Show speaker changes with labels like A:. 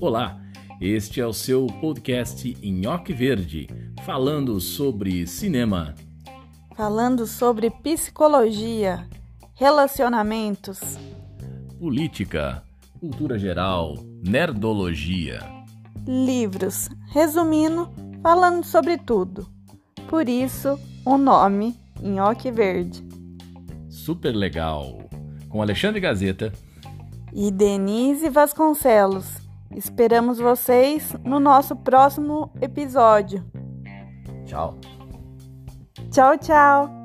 A: Olá, este é o seu podcast Nhoque Verde, falando sobre cinema.
B: Falando sobre psicologia, relacionamentos,
A: política, cultura geral, nerdologia.
B: livros, resumindo, falando sobre tudo. Por isso, o nome Nhoque Verde.
A: Super legal! Com Alexandre Gazeta.
B: E Denise Vasconcelos. Esperamos vocês no nosso próximo episódio.
A: Tchau!
B: Tchau, tchau!